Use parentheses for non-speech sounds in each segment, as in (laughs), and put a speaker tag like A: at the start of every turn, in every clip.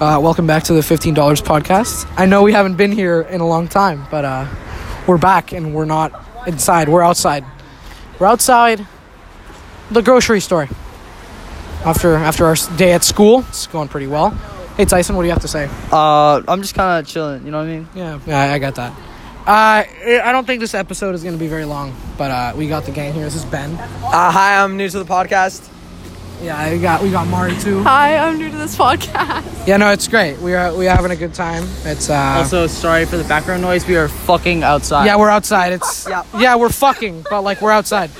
A: Uh, welcome back to the $15 podcast. I know we haven't been here in a long time, but uh, we're back and we're not inside. We're outside. We're outside the grocery store. After after our s- day at school, it's going pretty well. Hey Tyson, what do you have to say?
B: Uh, I'm just kind of chilling. You know what I mean?
A: Yeah, yeah, I I got that. Uh, eh, I don't think this episode is going to be very long, but uh, we got the gang here. This is Ben.
B: Uh, hi, I'm new to the podcast.
A: Yeah, we got we got Mari too.
C: Hi, I'm new to this podcast.
A: Yeah, no, it's great. We are we are having a good time. It's uh,
B: Also, sorry for the background noise. We are fucking outside.
A: yeah, we're outside. It's yeah,
B: Yeah.
A: we're fucking, but like we're outside.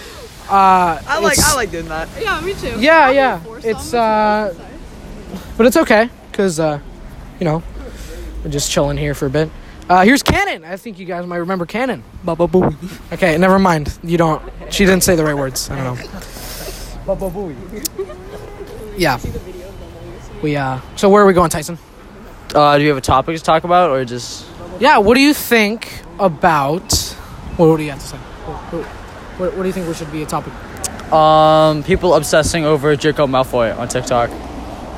A: Uh,
B: I like
A: it's-
B: I like doing that.
C: Yeah, me too.
A: Yeah,
C: I'm
A: yeah.
C: gonna force
A: It's,
C: someone to
A: uh,
C: outside.
A: but it's okay because uh, you know we're just chilling here for a bit. Uh, here's Cannon. I think you guys might remember Cannon. Okay, never mind. You don't. She didn't say the right words. I don't know. Yeah. We uh. So where are we going, Tyson?
B: Uh, do you have a topic to talk about, or just
A: Yeah. What do you think about? What, what do you have to say? What, what, what do you think we should be a topic?
B: um people obsessing over Draco Malfoy on TikTok?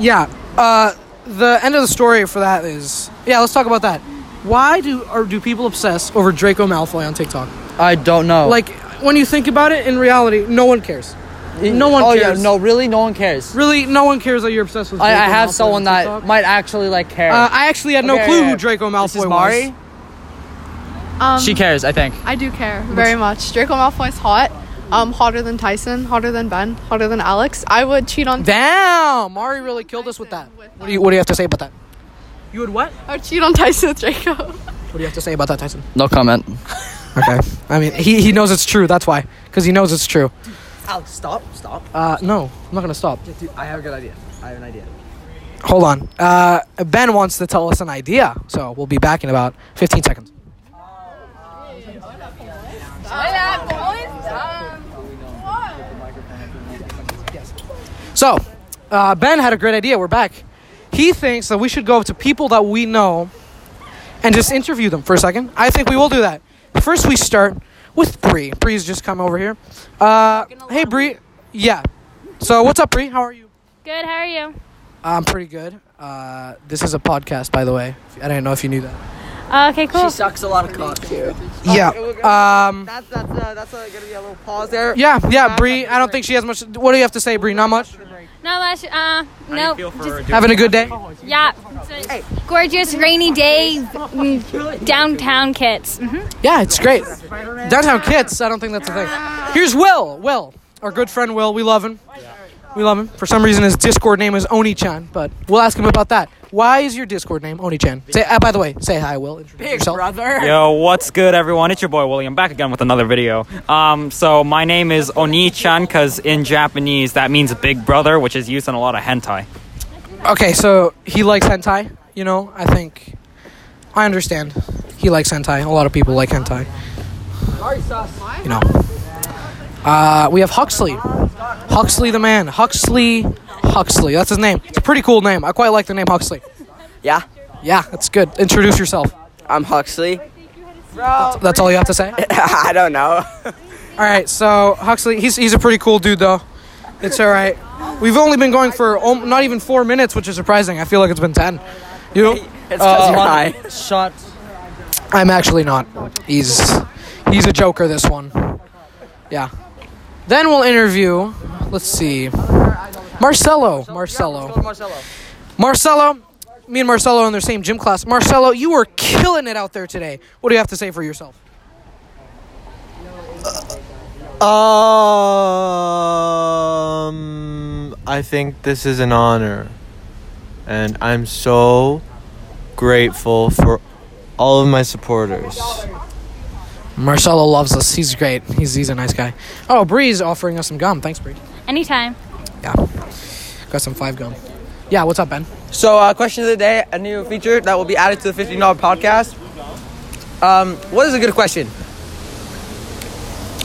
A: Yeah. Uh, the end of the story for that is yeah. Let's talk about that. Why do or do people obsess over Draco Malfoy on TikTok?
B: I don't know.
A: Like when you think about it, in reality, no one cares. no one
B: Oh
A: cares.
B: yeah, no, really, no one cares.
A: Really, no one cares that you're obsessed with.
B: I, I
A: Draco Malfoy
B: have
A: on
B: someone that
A: TikTok.
B: might actually like care.
A: Uh, I actually had no
B: Okay,
A: clue
B: yeah, yeah.
A: who Draco Malfoy
B: this is Mari.
A: was.
C: Um,
B: She cares, I think.
C: I do care very much. Draco Malfoy's hot. Um, hotter than Tyson, hotter than Ben, hotter than Alex. I would cheat on.
A: Damn, Mari really killed us with that. What do you What do you have to say about that? You would what?
C: I would cheat on Tyson with Draco.
A: What do you have to say about that, Tyson?
B: No comment.
A: Okay. I mean, he, he knows it's true. That's why, because he knows it's true.
D: Alex, stop, stop.
A: Uh, no, I'm not gonna stop.
D: Dude, I have a good idea. I have an idea.
A: Hold on. Uh, ben wants to tell us an idea, so we'll be back in about 15 seconds. So, uh, Ben had a great idea. We're back. He thinks that we should go up to people that we know and just interview them for a second. I think we will do that. First, we start with Bree. Bree's just come over here. Uh, hey, Bree. Yeah. So, what's up, Bree? How are you?
E: Good, how are you?
A: I'm pretty good. Uh, this is a podcast, by the way. I didn't know if you knew that.
E: Uh, okay, cool.
D: She sucks a lot of cock. That's
A: Yeah. Um,
D: that's uh, that's uh, gonna be a little pause there.
A: yeah, yeah, Bree. I don't think she has much. What do you have to say, Bree? Not much.
E: Not much. Uh, no. Just,
A: Having a good day.
E: yeah. It's a Gorgeous rainy day mm, downtown kits. Mhm.
A: Yeah, it's great. Downtown Kits. I don't think that's a thing. Here's Will. Will, our good friend Will. We love him. We love him. For some reason, his Discord name is Oni-chan, but we'll ask him about that. Why is your Discord name Oni-chan? Say, uh, by the way, say hi, Will. Introduce yourself.
F: Yo, what's good, everyone? It's your boy William back again with another video. Um, so my name is Oni-chan because in Japanese that means big brother, which is used in a lot of hentai.
A: Okay, so he likes hentai. You know, I think I understand. He likes hentai. A lot of people like hentai. You know. Uh, we have Huxley. Huxley the man. Huxley. Huxley. That's his name. It's a pretty cool name. I quite like the name Huxley.
D: Yeah,
A: Yeah, that's good. Introduce yourself.
G: (laughs)
D: I'm Huxley.
A: That's all you have to say. All
D: I
G: (laughs)
D: don't know.
A: right. So Huxley, he's he's a pretty cool dude though. It's all right. We've only been going for om- not even four minutes, which is surprising. I feel like it's been ten. You?
D: It's because you're high.
B: Shut.
A: I'm actually not. He's he's a joker this one. Yeah. Then we'll interview. Let's see. Marcelo. Marcelo. Marcelo. Me and Marcelo are in the same gym class. Marcelo, you were killing it out there today. What do you have to say for yourself?
H: Um, I think this is an honor, and I'm so grateful for all of my supporters.
A: Marcelo loves us. He's great. He's he's a nice guy. Oh, Bree's offering us some gum. Thanks, Bree.
E: Anytime.
A: Yeah. Got some five gum. Yeah, what's up, Ben?
D: So, uh, question of the day: a new feature that will be added to the fifteen dollars podcast. Um, what is a good question?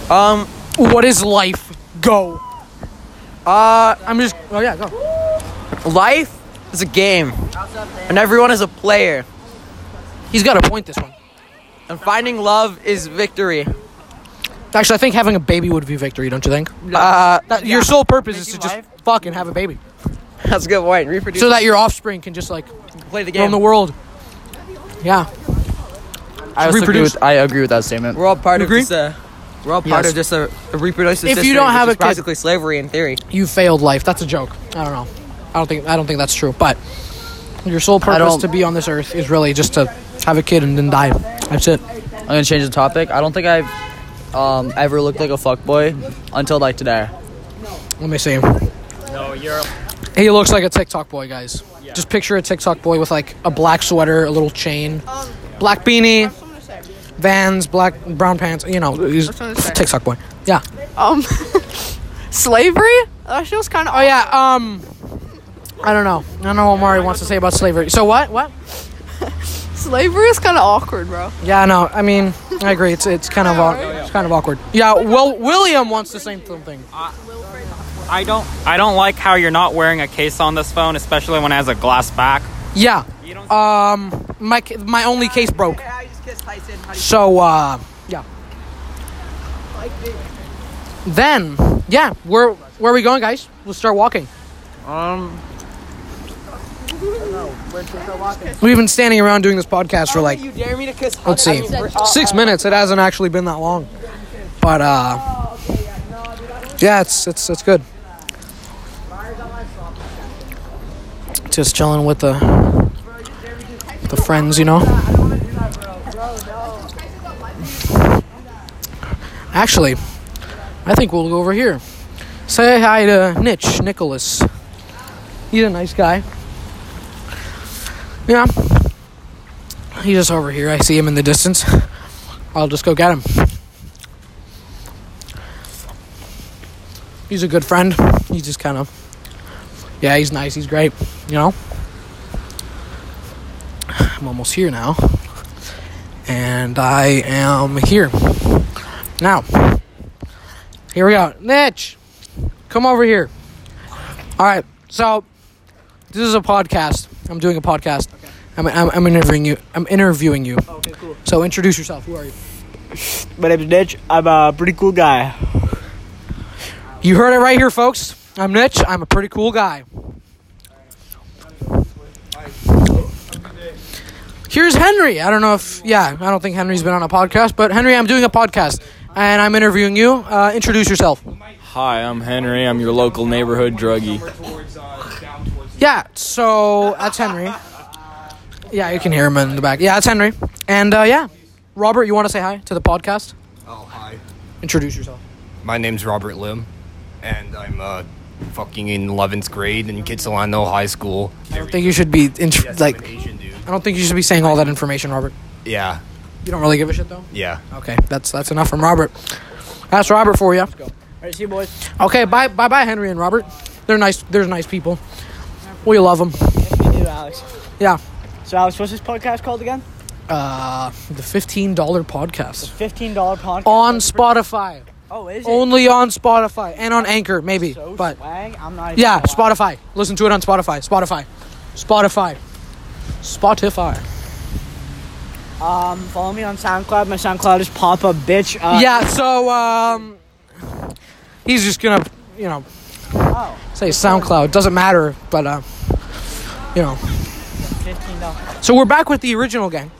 D: Um,
A: What is life? Go.
D: uh,
A: I'm just Oh yeah, go.
D: life is a game, and everyone is a player.
A: He's got a point this one.
D: And finding love is victory.
A: Actually, I think having a baby would be victory, don't you think?
D: Uh,
A: That, Your sole purpose is
D: Making
A: to just
D: life-
A: fucking have a baby.
D: That's a good point. Reproduce.
A: so that your offspring can just like
D: play the
A: roam
D: game.
A: the world. Yeah.
B: I also agree
A: Reproduce.
B: with I agree with that statement.
D: we're all part
A: You
D: of
A: agree?
D: this. Uh, we're all part
A: Yes.
D: of just a, a reproductive
A: If you
D: system,
A: don't
D: which
A: have
D: is
A: a kid-
D: practically slavery in theory.
A: You failed life. That's a joke. I don't know. I don't think I don't think that's true. But your sole purpose
B: don't-
A: to be on this earth is really just to have a kid and then die. That's it.
B: I'm gonna change the topic. I don't think I've um, ever looked like a fuckboy until like today.
A: Let me see. He looks like a TikTok boy, guys. Just picture a TikTok boy with like a black sweater, a little chain, black beanie, Vans, black brown pants. You know, he's
C: gonna say.
A: TikTok boy. Yeah.
C: Um, (laughs) slavery? That shit was kind of.
A: Oh yeah. Um, I don't know. I don't know what Mari wants to say about slavery. So what? What?
C: Slavery is kind of awkward, bro.
A: Yeah. No. I mean, I agree. It's it's kind of aw- it's kind of awkward. Yeah. Well, William wants to say something.
F: I don't. I don't like how you're not wearing a case on this phone, especially when it has a glass back.
A: Yeah.
F: You don't-
A: Um, my ca- my only case broke. So uh, yeah. Then yeah, where where are we going, guys? Let's start walking.
D: Um,
A: We've been standing around doing this podcast for like
D: you dare me to kiss?
A: let's see, six
D: uh,
A: minutes. It hasn't actually been that long, but uh, yeah, it's it's it's good. Just chilling with the the friends, you know. Actually, I think we'll go over here. Say hi to Nitch Nicholas. He's a nice guy. Yeah, He's just over here. I see him in the distance. I'll just go get him. He's a good friend. He's just kind of. Yeah, he's nice. He's great. You know? I'm almost here now. And I am here. Now. Here we go. Mitch! Come over here. Alright, so. This is a podcast. I'm doing a podcast. I'm, I'm, I'm interviewing you. I'm interviewing you. Okay, cool. So introduce yourself. Who are you?
I: My name's Nitch. I'm a pretty cool guy.
A: You heard it right here, folks. I'm Nitch. I'm a pretty cool guy. Here's Henry. I don't know if yeah. I don't think Henry's been on a podcast, but Henry, I'm doing a podcast and I'm interviewing you. Uh, introduce yourself.
J: Hi, I'm Henry. I'm your local neighborhood druggie.
A: Yeah. So that's Henry. Yeah, you can hear him in the back. Yeah, that's Henry. And uh, yeah, Robert, you want to say hi to the podcast?
K: Oh, hi.
A: Introduce yourself.
K: My name's Robert Lim, and I'm uh, fucking in 11th grade in Kitsilano High School.
A: I don't think you should be int-
K: Yes, I'm
A: like.
K: an Asian dude.
A: I don't think you should be saying all that information, Robert.
K: Yeah,
A: You don't really give a shit though.
K: yeah.
A: Okay, that's that's enough from Robert. That's Robert for you.
B: Alright, see you boys.
A: Okay, bye bye bye Henry and Robert. They're nice. They're nice people. We love them.
I: You do, Alex.
A: Yeah.
I: So, Alex, what's this podcast called again?
A: Uh, the fifteen dollar podcast
I: Fifteen dollar podcast
A: on Spotify.
I: Oh, is it?
A: Only on Spotify and on Anchor maybe,
I: so
A: but
I: swag? I'm not. Even
A: yeah,
I: gonna lie.
A: Spotify. Listen to it on Spotify. Spotify. Spotify. Spotify.
I: Um, follow me on SoundCloud. My SoundCloud is Papa Bitch. Uh,
A: yeah. So um, he's just gonna, you know,
I: Oh.
A: say SoundCloud. Doesn't matter, but uh, you know.
I: Fifteen dollars.
A: So we're back with the original gang.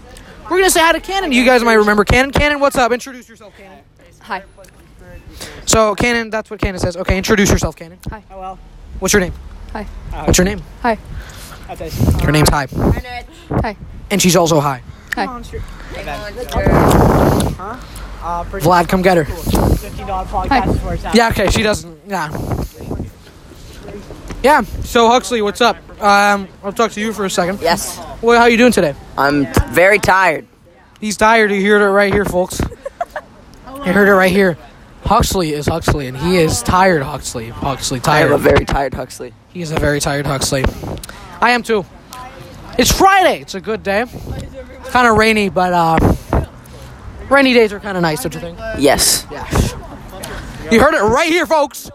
A: We're gonna say hi to Cannon. You guys might remember Cannon. Cannon, what's up? Introduce yourself, Cannon.
C: Hi.
A: So Cannon, that's what Cannon says. Okay, introduce yourself, Cannon.
I: Oh well.
A: What's your name?
C: Hi.
A: What's your name?
C: Hi.
I: That's it.
A: Her name's Hi,
C: Hi.
A: and she's also Hi.
I: Come on, sure. Uh, pretty
A: Vlad, come get her.
I: fifteen dollar podcast is where it's at.
A: Yeah. Okay. She doesn't. Yeah. Yeah. So Huxley, what's up? Um, I'll talk to you for a second.
G: Yes,
A: Well, how you doing today?
G: I'm t- very tired.
A: He's tired. You heard it right here, folks. You heard it right here. Huxley is Huxley, and he is tired. Huxley, Huxley,
G: I am a
A: tired.
G: very tired Huxley.
A: He is a very tired Huxley. I am too. It's Friday. It's a good day. Kind of rainy, but uh, rainy days are kind of nice, don't you think?
G: Yes.
A: You heard it right here, folks.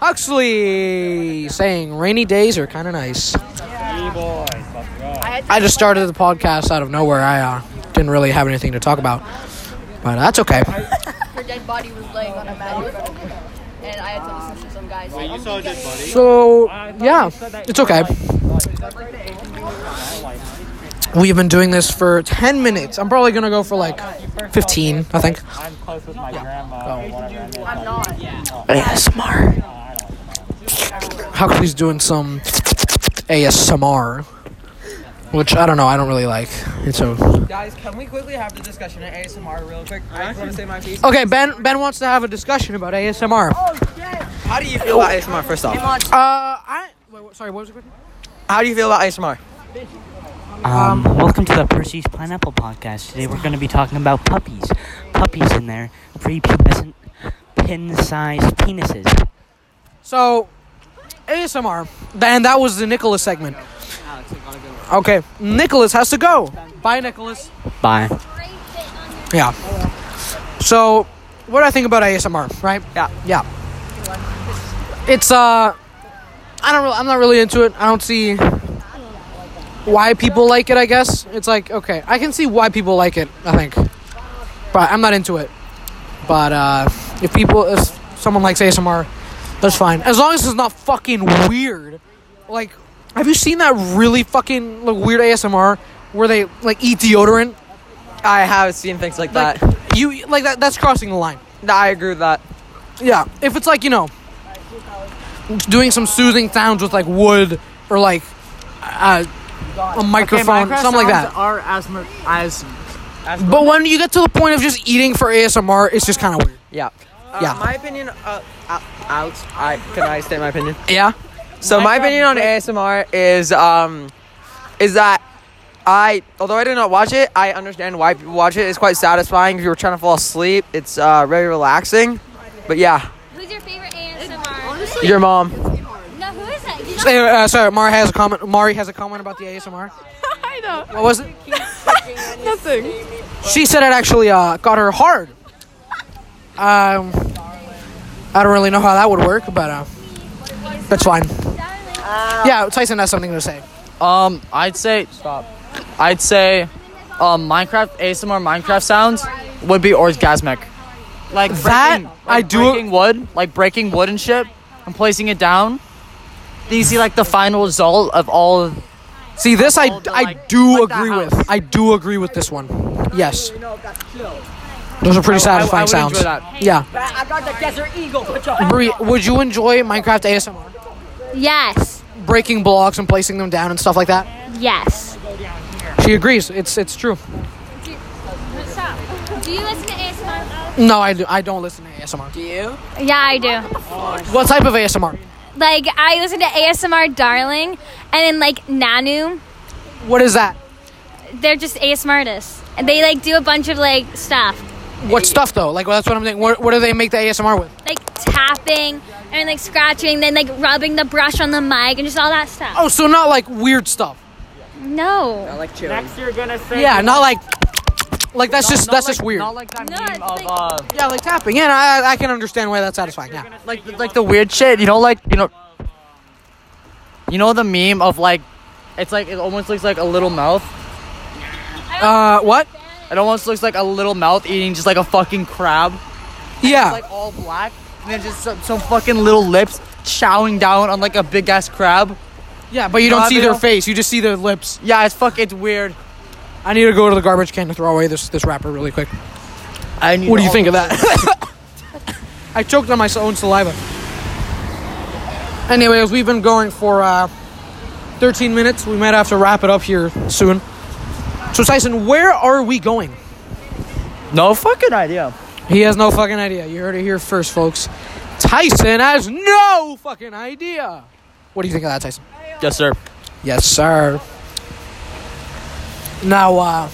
A: Huxley saying rainy days are kind of nice. I just started the podcast out of nowhere. I uh, didn't really have anything to talk about, but that's okay.
L: her dead body was laying on a mat in front of me, and I had to listen to some guy.
E: guys.
A: So yeah, it's okay. We've been doing this for ten minutes. I'm probably gonna go for like fifteen, I think.
F: I'm close with my grandma. I'm
E: not.
A: ASMR. Huxley's doing some ASMR, which I don't know. I don't really like. It's a
D: Guys, can we quickly have the discussion at ASMR real quick? I just want to say my piece.
A: okay. Ben Ben wants to have a discussion about ASMR.
D: Oh. How do you feel about ASMR first off?
A: Uh, I wait, wait, sorry. What was the question?
D: How do you feel about ASMR?
L: Um, welcome to the Percy's Pineapple Podcast. Today we're going to be talking about puppies. Puppies in their prepubescent, pin-sized penises.
A: So ASMR. And that was the Nicholas segment. Okay, Nicholas has to go. Bye, Nicholas.
L: Bye.
A: Yeah. So, what do I think about ASMR? Right? Yeah. Yeah. It's uh, I don't. Really, I'm not really into it. I don't see why people like it. I guess it's like okay, I can see why people like it. I think, but I'm not into it. But uh, if people, if someone likes ASMR, that's fine. As long as it's not fucking weird. Like, have you seen that really fucking like, weird ASMR where they like eat deodorant?
D: I have seen things like,
A: that. You like that? That's crossing the line.
D: I agree with that.
A: Yeah, if it's like you know, doing some soothing sounds with like wood or like uh, a microphone, something like that.
I: Are as mu- as
A: But when you get to the point of just eating for ASMR, it's just kind of weird.
D: Yeah. Uh,
A: Yeah.
D: My opinion. Uh, uh, Alex, I can I state my opinion?
A: Yeah.
D: So my opinion on ASMR is um, is that I although I did not watch it, I understand why people watch it. It's quite satisfying if you were trying to fall asleep. It's uh very relaxing. But yeah,
E: Who's your favorite ASMR? Honestly,
D: your mom.
E: No, who is that? You
A: So, uh, sorry, Mari has a comment. Mari has a comment about the ASMR.
C: (laughs) I know.
A: What was it?
C: (laughs) Nothing.
A: She said it actually uh, got her hard. Um, I don't really know how that would work, but uh, that's fine. Yeah, Tyson has something to say.
B: Um, I'd say stop. I'd say, um, Minecraft ASMR Minecraft sounds would be orgasmic. Like
A: That,
B: breaking, I do breaking wood, like breaking wood and shit, and placing it down. Then you see like the final result of all. Of,
A: See, this I, I do agree with. I do agree with this one. Yes. Those are pretty
B: I- I- I
A: satisfying
B: would
A: sounds.
B: enjoy that.
A: Yeah.
E: I got the desert eagle.
A: Bree, would you enjoy Minecraft ASMR?
E: Yes.
A: Breaking blocks and placing them down and stuff like that?
E: Yes.
A: She agrees. It's it's true.
E: Stop. Do you listen to ASMR?
A: No, I, do, I don't listen to ASMR. Do you?
E: Yeah, I do.
A: What type of ASMR?
E: Like I listen to ASMR Darling, and then like Nanu.
A: What is that?
E: They're just ASMR artists, and they like do a bunch of like stuff,
A: What stuff, though? Like, well, that's what I'm thinking. What, what do they make the ASMR with?
E: like tapping and like scratching, then like rubbing the brush on the mic, and just all that stuff.
A: Oh, so not like weird stuff.
E: No. I
G: like
E: Next, you're gonna say.
A: Yeah, not like. Like, that's just that's just weird.
B: Oh, Not like that meme of uh,
A: yeah, like tapping. Yeah, I, I can understand why that's satisfying. Yeah.
B: like like the weird shit. You know, like you know, you know the meme of like, it's like it almost looks like a little mouth.
A: Uh, what?
B: It almost looks like a little mouth eating just like a fucking crab.
A: Yeah.
B: It's like all black, and then just some, some fucking little lips chowing down on like a big ass crab.
A: Yeah, but you don't see their face. You just see their lips.
B: Yeah, it's fuck. It's weird.
A: I need to go to the garbage can to throw away this this wrapper really quick.
B: I need
A: what do
B: to
A: you think of
B: also-
A: that? (laughs) I choked on my own saliva. Anyways, we've been going for uh, 13 minutes. We might have to wrap it up here soon. So Tyson, where are we going?
B: No fucking idea.
A: He has no fucking idea. You heard it here first, folks. Tyson has no fucking idea. What do you think of that, Tyson?
B: Yes, sir.
A: Yes, sir. Now, uh,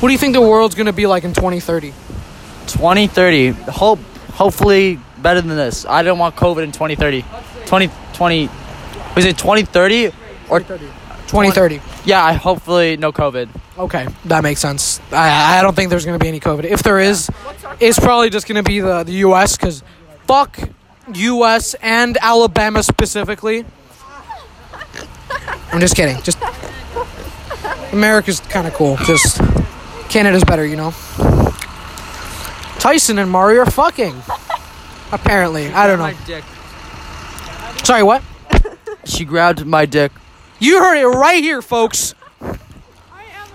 A: what do you think the world's gonna be like in 2030?
B: 2030. Hope, hopefully better than this. I didn't want COVID in 2030. 2020. Was it 2030 or
A: 2030.
B: Yeah, I hopefully no COVID.
A: Okay, that makes sense. I, I don't think there's gonna be any COVID. If there is, it's probably just gonna be the, the U.S. Cause fuck U.S. and Alabama specifically. I'm just kidding. Just America's kind of cool. Just Canada's better, you know. Tyson and Mario are fucking. Apparently, I don't know.
D: My dick.
A: Sorry, what?
B: She grabbed my dick.
A: You heard it right here, folks.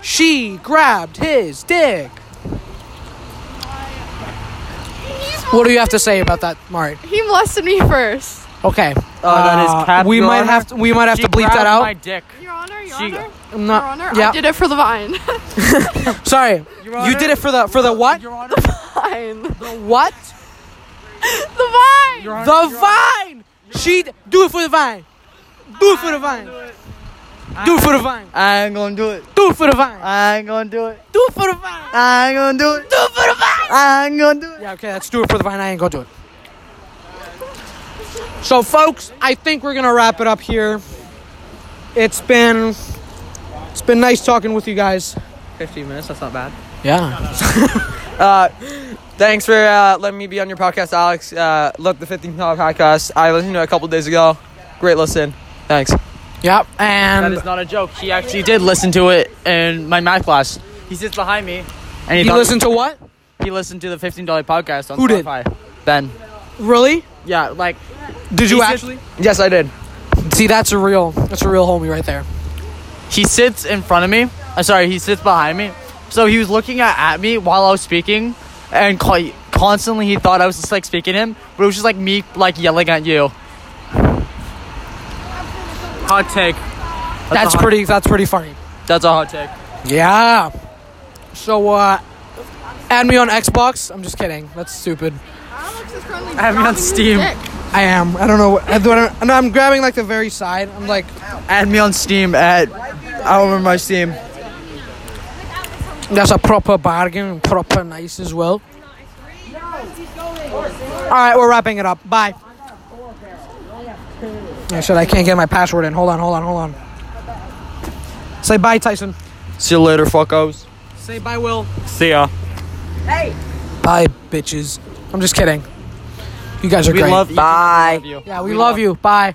A: She grabbed his dick. What do you have to say about that, Mari?
C: He molested me first.
A: Okay.
B: Oh, that is cap,
A: Uh, We
B: Your
A: might
B: Honor.
A: have to, we might have
B: She
A: to bleep that
B: grabbed
A: out.
B: my dick.
C: Your Honor, Your
B: She-
C: Honor,
A: I'm not-
C: Your Honor,
A: uh, yeah.
C: I did it for the vine. (laughs)
A: Sorry. you did it for the for the what?
C: vine. The
A: what?
C: The vine.
A: the vine. She do it for the vine. Do it for the vine. Do it for the vine.
B: I ain't gonna do it.
A: Do it for the vine.
B: I ain't gonna do it.
A: Do it for the vine.
B: I ain't gonna do it. Do it for the vine. I ain't gonna do it.
A: Yeah, okay, let's do it for the vine. I ain't gonna do it. So, folks, I think we're gonna wrap it up here. It's been it's been nice talking with you guys.
D: 15 minutes, that's not bad.
A: Yeah.
D: Uh, thanks for uh, letting me be on your podcast, Alex. Uh, love the 15th Hour podcast. I listened to it a couple days ago. Great listen. Thanks.
A: Yep. And
B: That is not a joke. He actually did listen to it in my math class. He sits behind me. And
A: You
B: thought-
A: listened to what?
B: He listened to the fifteen dollar podcast on
A: Who did?
B: Spotify. Did? Ben.
A: Really?
B: Yeah, like
A: Did you
B: He sits-
A: actually?
D: Yes, I did.
A: See, that's a real that's a real homie right there.
B: He sits in front of me. I'm sorry, he sits behind me. So he was looking at, at me while I was speaking, and co- constantly he thought I was just like speaking to him, but it was just like me like yelling at you. Hot take.
A: That's,
B: a hot-
A: pretty. That's pretty funny.
B: That's a hot take.
A: Yeah. So, uh, add me on Xbox. I'm just kidding. That's stupid.
B: Add me on Steam.
A: I am. I don't know. I do I'm, I'm grabbing like the very side. I'm like,
B: Add me on Steam at I don't remember my Steam.
A: that's a proper bargain, proper nice as well. All right, we're wrapping it up. Bye. I said I can't get my password in. Hold on, hold on, hold on. Say bye, Tyson.
B: See you later, fuckos.
A: Say bye, Will.
F: See ya.
A: Hey. Bye, bitches. I'm just kidding. You guys are
B: We
A: great.
B: love each- we
A: bye.
B: love you.
A: Yeah, we,
B: We
A: love,
B: love-
A: you. Bye.